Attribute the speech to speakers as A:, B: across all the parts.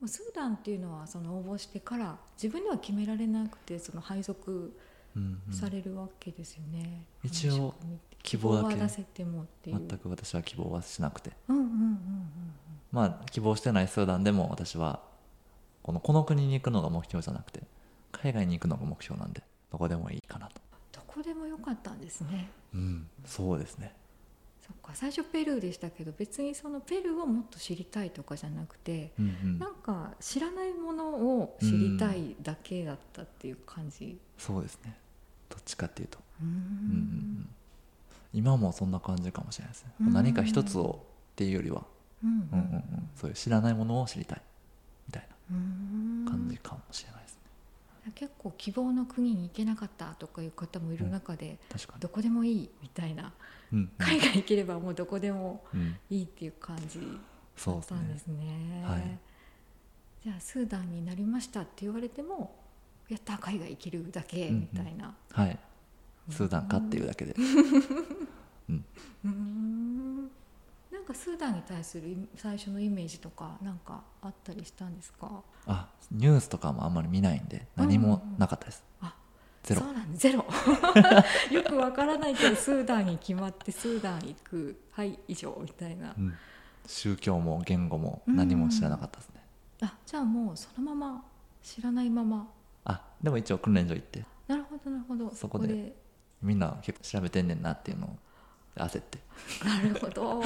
A: もスーダンっていうのはその応募してから自分では決められなくてその配属
B: うんうん
A: されるわけですよね、
B: 一応
A: この仕組みって
B: 希望だけ
A: 希は出せてもっていう
B: 全く私は希望はしなくて
A: うんうんうん
B: まあ希望してないスーダンでも私はこのこの国に行くのが目標じゃなくて海外に行くのが目標なんでどこでもいいかなと、
A: どこでもよかったんですね
B: うん、そうですね
A: そっか最初ペルーでしたけど別にそのペルーをもっと知りたいとかじゃなくて
B: うんう
A: なんんか知らないものを知りたいだけだったっていう感じ
B: そうですねどっちかっていうと、
A: うー
B: うんうんうんん、今もそんな感じかもしれないですね、
A: うん
B: 何か一つをっていうよりは、
A: うん
B: うんうんうん、そういう知らないものを知りたいみたい
A: うん
B: な感じかもしれないですね、
A: 結構希望の国に行けなかったとかいう方もいる中で、
B: 確かに
A: どこでもいいみたいな
B: うん
A: 海外行ければもうどこでも
B: うん、うん、
A: いいっていう感じだ
B: そうで
A: っ
B: す
A: たんで
B: ね
A: すね。
B: はい
A: じゃあスーダンになりましたって言われてもやった海外行けるだけ
B: うんうん
A: みたいな。
B: はいスーダンかっていうだけで
A: うーんなんかスーダンに対する最初のイメージとかなんかあったりしたんですか
B: あニュースとかもあんまり見ないんで何もなかったです、
A: うんうんあ
B: ゼロ
A: そうなんゼロ よくわからないけどスーダンに決まってスーダン行くはい以上みたいな
B: うん宗教も言語も何も知らなかったですね、
A: あじゃあもうそのまま知らないまま
B: あでも一応訓練所行って
A: なるほどなるほど
B: そこでみんな結構調べてんねんなっていうのを焦って
A: なるほ ど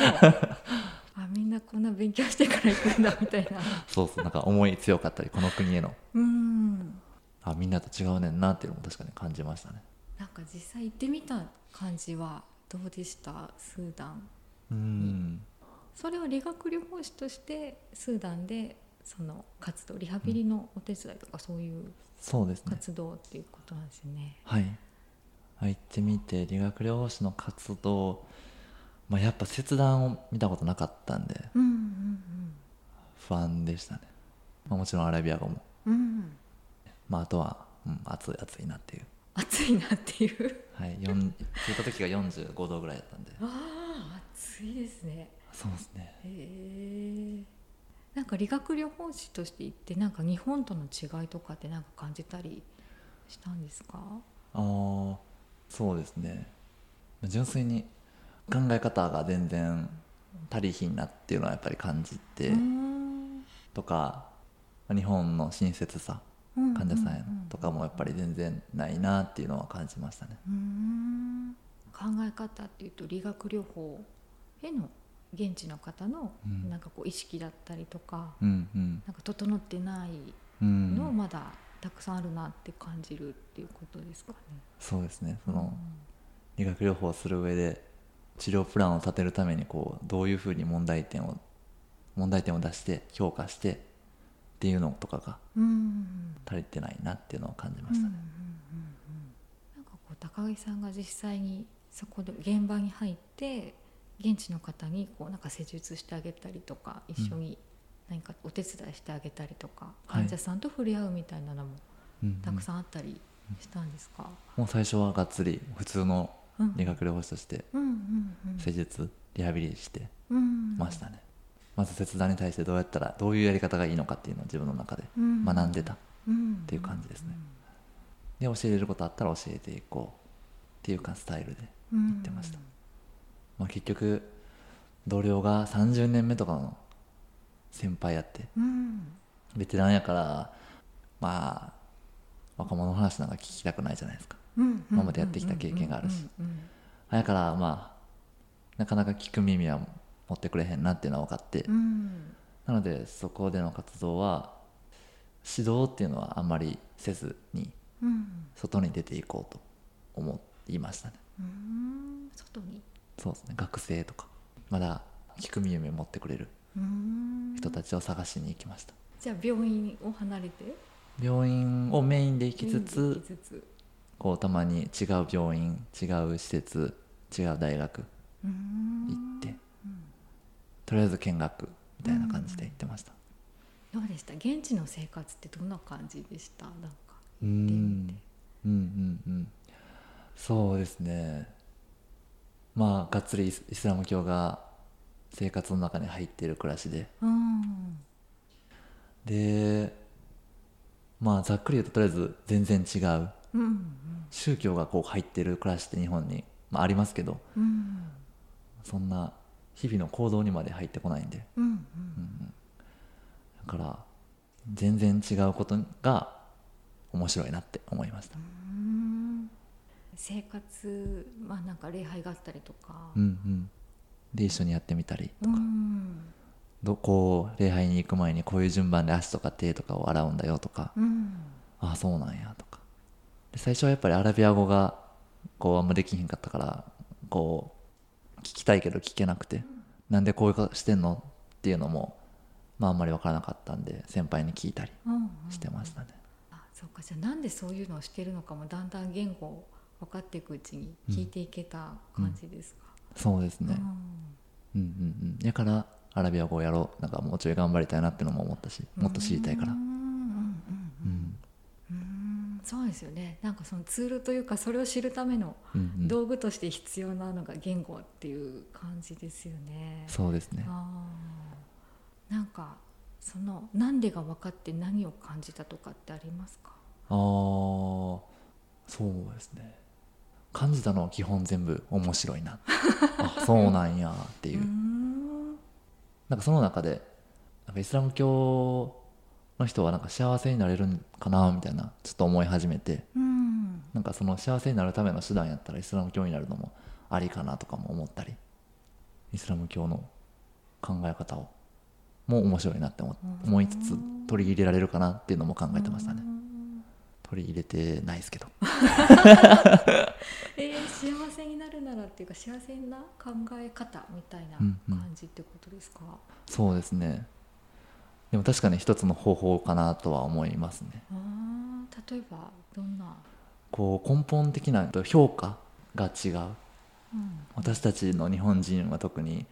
A: あみんなこんな勉強してから行くんだみたいな
B: そうそうなんか思い強かったりこの国への
A: うん
B: あみんなと違うねんなっていうのも確かに感じましたね
A: なんか実際行ってみた感じはどうでしたスーダン
B: うん
A: それを理学療法士としてスーダンでその活動リハビリのお手伝いとかそういう
B: そうですね
A: 活動っていうことなんですよね。
B: はい入ってみて理学療法士の活動、まあ、やっぱ切断を見たことなかったんで
A: うんうん
B: 不安でしたね、まあ、もちろんアラビア語も、
A: うんうん
B: まあ、あとは、うん、暑い暑いなっていう
A: 暑いなっていう
B: はい、よん着いた時が45度ぐらいだったんで
A: ああ暑いですね。
B: そうですね
A: へえなんか理学療法士として行ってなんか日本との違いとかってなんか感じたりしたんですか
B: ああそうですね純粋に考え方が全然足りひんなっていうのはやっぱり感じて、
A: うーん
B: とか日本の親切さ
A: うん
B: 患者さんへ
A: うんうん
B: のとかもやっぱり全然ないなっていうのは感じましたね
A: うーん考え方っていうと理学療法への現地の方の
B: うん
A: なんかこう意識だったりとか、
B: うんうん
A: なんか整ってない
B: うん
A: のをまだたくさんあるなって感じるっていうことですかね。
B: そうですねそ
A: うん
B: の理学療法をする上で治療プランを立てるためにこうどういうふうに問題点を問題点を出して評価してっていうのとかが
A: うんうん
B: 足りてないなっていうのを感じま
A: うんうんう
B: し
A: ん
B: た
A: うん
B: ね、
A: なんかこう高木さんが実際にそこで現場に入って現地の方にこうなんか施術してあげたりとか一緒に何かお手伝いしてあげたりとか、
B: はい
A: 患者さんと触れ合うみたいなのも
B: うんうん
A: たくさんあったりしたんですか、
B: もう最初はがっつり普通の
A: うんうん、
B: 理学療法士として
A: うんうんうん
B: 施術リハビリして
A: うん
B: ましたね、まず切断に対してどうやったらどういうやり方がいいのかっていうのを自分の中で
A: うん
B: 学んでた、
A: って
B: いう感じですねで教えれることあったら教えていこうっていうかスタイルで、
A: 言
B: ってましたまあ、結局同僚が30年目とかの先輩やって
A: うん
B: ベテランやからまあ若者の話なんか聞きたくないじゃないですか
A: うん
B: 今までやってきた経験があるし
A: うんうん
B: だからまあなかなか聞く耳は持ってくれへんなっていうのは分かって、
A: うんうん
B: なのでそこでの活動は指導っていうのはあんまりせずに
A: うんうん
B: 外に出ていこうと思いましたね
A: うん外に
B: そうですね学生とかまだ聞く耳を持ってくれる
A: うん
B: 人たちを探しに行きました
A: じゃあ病院を離れて
B: 病院をメインで行きつ
A: 病院に
B: つ
A: 行きつつ
B: こうたまに違う病院違う施設違う大学
A: うん
B: 行ってとりあえず見学みたいな感じで行ってました
A: どうでした現地の生活ってどんな感じでしたなんか
B: う
A: 行ってみ
B: ん
A: て
B: うんうんうんそうですねまあがっつりイスイスラム教が生活の中に入っている暮らしで
A: うん
B: でまあざっくり言うととりあえず全然違う
A: うんうん
B: 宗教がこう入ってる暮らしって日本に、まあ、ありますけど
A: うん
B: そんな日々の行動にまで入ってこないんで
A: うんうん
B: だから全然違うことが面白いなって思いました、
A: うん生活まあなんか礼拝があったりとか
B: うんうん、で一緒にやってみたり
A: うん
B: どこう礼拝に行く前にこういう順番で足とか手とかを洗うんだよとか
A: うん
B: ああそうなんやとかで最初はやっぱりアラビア語がこうあんまできひんかったからこう聞きたいけど聞けなくてなんでこういうことしてんのっていうのも、まあ、あんまり分からなかったんで先輩に聞いたり
A: うん
B: してましたね、
A: あそうかじゃあなんでそういうのをしてるのかもだんだん言語分かっていくうちに聞いていけた感じですか、
B: そうです
A: うん
B: ねうんうんうんだからアラビア語をやろうなんかもうちょい頑張りたいなってのも思ったしもっと知りたいから
A: うんうん
B: うん
A: うんうんそうですよねなんかそのツールというかそれを知るための
B: うんうん
A: 道具として必要なのが言語っていう感じですよね。
B: そうですね
A: あーなんかそのなんでが分かって何を感じたとかってありますか？
B: あーそうですね感じたのは基本全部面白いなあそうなんやっていうう、
A: ーん
B: なんかその中でなんかイスラム教の人はなんか幸せになれるんかなみたいなちょっと思い始めて
A: うん
B: なんかその幸せになるための手段やったらイスラム教になるのもありかなとかも思ったりイスラム教の考え方をも面白いなって思
A: うん
B: 思いつつ取り入れられるかなっていうのも考えてましたね
A: うん
B: 取り入れてないですけど
A: えー幸せになるならっていうか幸せな考え方みたいな
B: うんうん
A: 感じってことですか？
B: そうですねでも確かに一つの方法かなとは思いますね
A: あー例えばどんな？
B: こう根本的な評価が違う
A: うん
B: 私たちの日本人は特に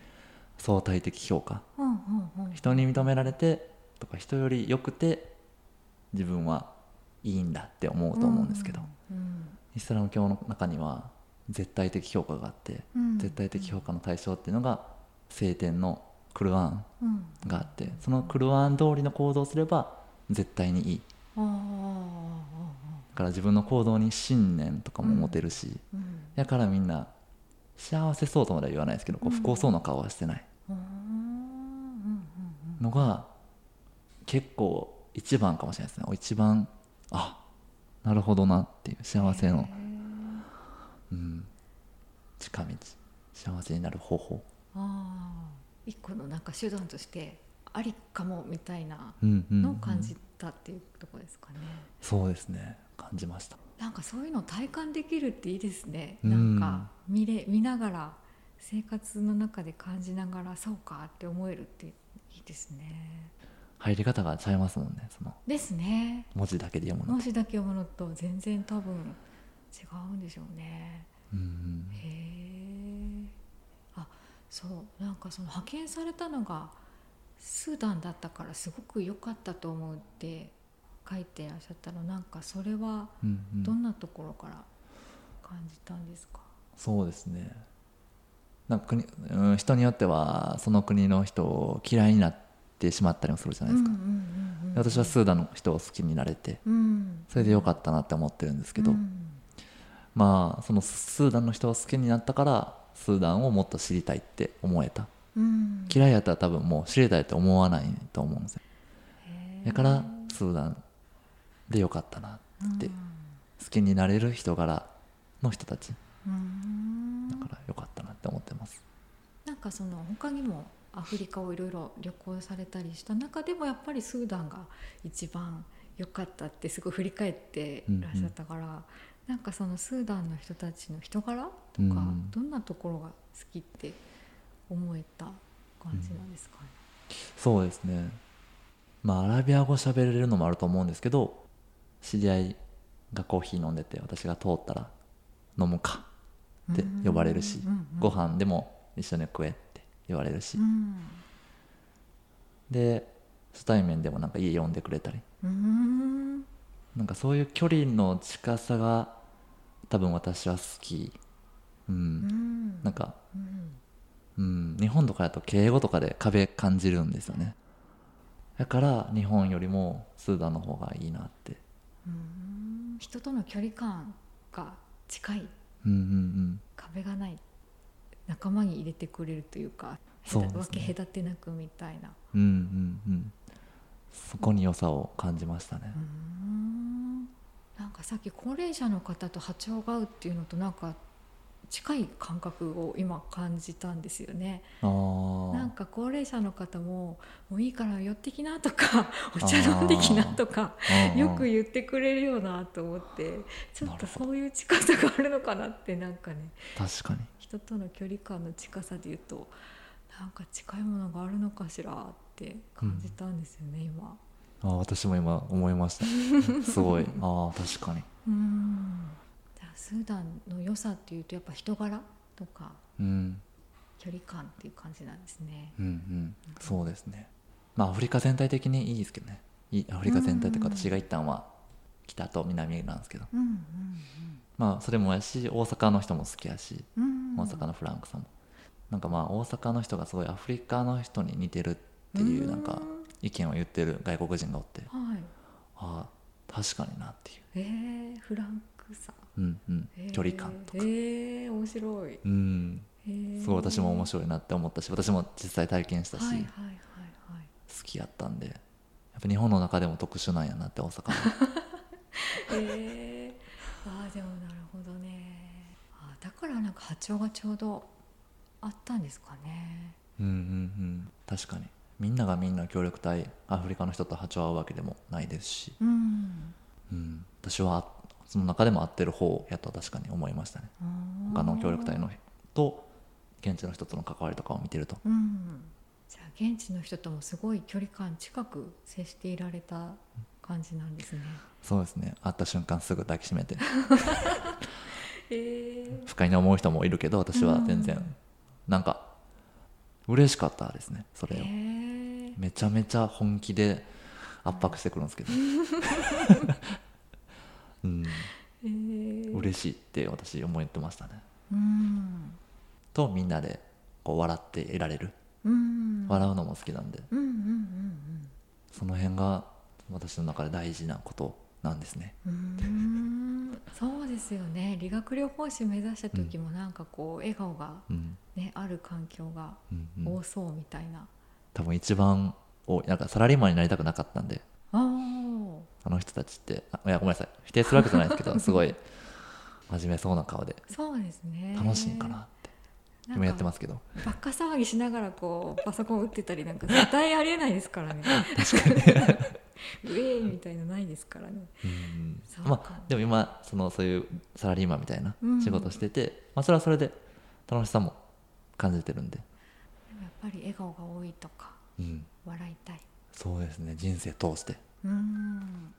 B: 相対的評価
A: うんうんうん
B: 人に認められてとか人より良くて自分はいいんだって思うと思うんですけど、
A: うん
B: イスラム教の中には絶対的評価があって、
A: うん
B: 絶対的評価の対象っていうのが聖典のクルアン
A: うん
B: があってそのクルアン通りの行動をすれば絶対にいい
A: あーあーあ
B: だから自分の行動に信念とかも持てるし、
A: ーあーうん
B: だからみんな幸せそうとまでは言わないですけどこう
A: うん
B: 不幸そうな顔はしてない
A: うんうんうん
B: のが結構一番かもしれないですね一番あなるほどなっていう幸せの、うん、近道幸せになる方法
A: ああ一個のなんか手段としてありかもみたいな
B: うんうんうん
A: のを感じたっていうところですかね、
B: そうですね感じました
A: なんかそういうのを体感できるっていいですね、
B: うん
A: なんか見れ見ながら生活の中で感じながらそうかって思えるっていいですね
B: 入り方がちゃいますもんねその
A: ですね
B: 文字だけで読むの
A: 文字だけ読むのと全然多分違うんでしょうね
B: うんうん
A: へえあそうなんかその派遣されたのがスーダンだったからすごく良かったと思うって書いてらっしゃったのなんかそれは
B: うんうん
A: どんなところから感じたんですか、
B: そうですねなんか国、うん、人によってはその国の人を嫌いになってしまったりもするじゃないですか、
A: うんうんうんうん
B: で私はスーダンの人を好きになれて
A: うん
B: それで良かったなって思ってるんですけど、
A: うん
B: まあそのスーダンの人を好きになったからスーダンをもっと知りたいって思えた
A: うん
B: 嫌いやったら多分もう知りたいって思わないと思うんですよ
A: へえ
B: だからスーダンで良かったなって好きになれる人柄の人たち
A: うんうん
B: だから良かったなって思ってます
A: なんかその他にもアフリカをいろいろ旅行されたりした中でもやっぱりスーダンが一番良かったってすごい振り返っていらっしゃったから、なんかそのスーダンの人たちの人柄とか、
B: うん
A: どんなところが好きって思えた感じなんですかね。
B: そうですねまあアラビア語喋れるのもあると思うんですけど知り合いがコーヒー飲んでて私が通ったら「飲むか」って呼ばれるし
A: うん
B: 「ご飯でも一緒に食え」って言われるし
A: うん
B: で初対面でもなんか家呼んでくれたり
A: うん
B: なんかそういう距離の近さが多分私は好きう
A: うんん
B: なんか
A: うん
B: うん日本とかだと敬語とかで壁感じるんですよねだから日本よりもスーダンの方がいいなって
A: うん人との距離感が近い
B: うんうんうん
A: 壁がない仲間に入れてくれるというか
B: そうですね
A: 分け隔てなくみたいな
B: うんうんうんそこに良さを感じましたね
A: うーんなんかさっき高齢者の方と波長が合うっていうのとなんか近い感覚を今感じたんですよね
B: あ
A: なん
B: ー
A: か高齢者の方も「もういいから寄ってきな」とか「お茶飲んできな」とか
B: あ
A: よく
B: う
A: 言ってくれるよなと思ってちょっ
B: な
A: と
B: るほど
A: そういう近さがあるのかなってなんかね
B: 確かに
A: 人との距離感の近さで言うとなんか近いものがあるのかしらって感じたんですよね、今。
B: あー私も今思いました すごいああ確かに
A: うんじゃあスーダンの良さっていうとやっぱ人柄とか
B: うん
A: 距離感っていう感じなんですね。
B: うんうんそうですねまあアフリカ全体的にいいですけどねいいアフリカ全体という
A: う
B: か
A: んうん
B: 私が行ったんは北と南なんですけど
A: うん
B: まあそれもやし大阪の人も好きやし
A: うんうん、
B: 大阪のフランクさんもなんかまあ大阪の人がすごいアフリカの人に似てるっていうなんか意見を言ってる外国人がおって
A: うんはい
B: ああ確かになってい
A: えー、フランクさ、
B: う、うんうん
A: えー、
B: 距離感とか、
A: えー、面白い、
B: うん
A: えー、
B: すごい私も面
A: 白
B: 白いなって思ったし私も実際体験したし、
A: はいはい
B: 好
A: はいはい
B: きやったんでやっぱ日本の中でも特殊なんやなって大阪 は
A: えー、あーでもなるほどねあーだからなんか波長がちょうどあったんですかね
B: うんうんうん確かにみんながみんな協力隊アフリカの人と波長合うわけでもないですし、
A: うん
B: うん、私はその中でも合ってる方やと確かに思いましたね
A: 他
B: 他の協力隊のと現地の人との関わりとかを見てると
A: うんじゃあ現地の人ともすごい距離感近く接していられた感じなんですね
B: そうですね会った瞬間すぐ抱きしめて
A: ええ
B: 不快に思う人もいるけど私は全
A: う
B: 然
A: ん
B: なんか嬉しかったですねそれを。
A: え
B: めちゃめちゃ本気で圧迫してくるんですけど、 うん、
A: えー、
B: 嬉しいって私思ってましたね
A: うん
B: とみんなでこう笑っていられる
A: うん
B: 笑うのも好きなんで
A: うんうんうん
B: その辺が私の中で大事なことなんですね
A: うんうんそうですよね理学療法士目指した時もなんかこう笑顔が
B: うん
A: ねある環境が
B: うんうん
A: 多そうみたいな、
B: 多分一番おなんかサラリーマンになりたくなかったんで
A: あ
B: あの人たちってあいやごめんなさい否定するわけじゃないですけどすごい真面目そうな顔で
A: あそうですね
B: 楽しいんかなって
A: なん
B: 今やってますすけど
A: バッカ騒ぎしながらこうパソコン打ってたりなん か絶対ありえないですからね
B: 確か に
A: ウェーみたいのないですからね
B: うん
A: そうか
B: まあでも今そのそういうサラリーマンみたいな
A: うん
B: 仕事してて、まあ、それはそれで楽しさも感じてるんで、
A: でもやっぱり笑顔が多いとか
B: うん、
A: 笑いたい
B: そうですね人生通して
A: うーん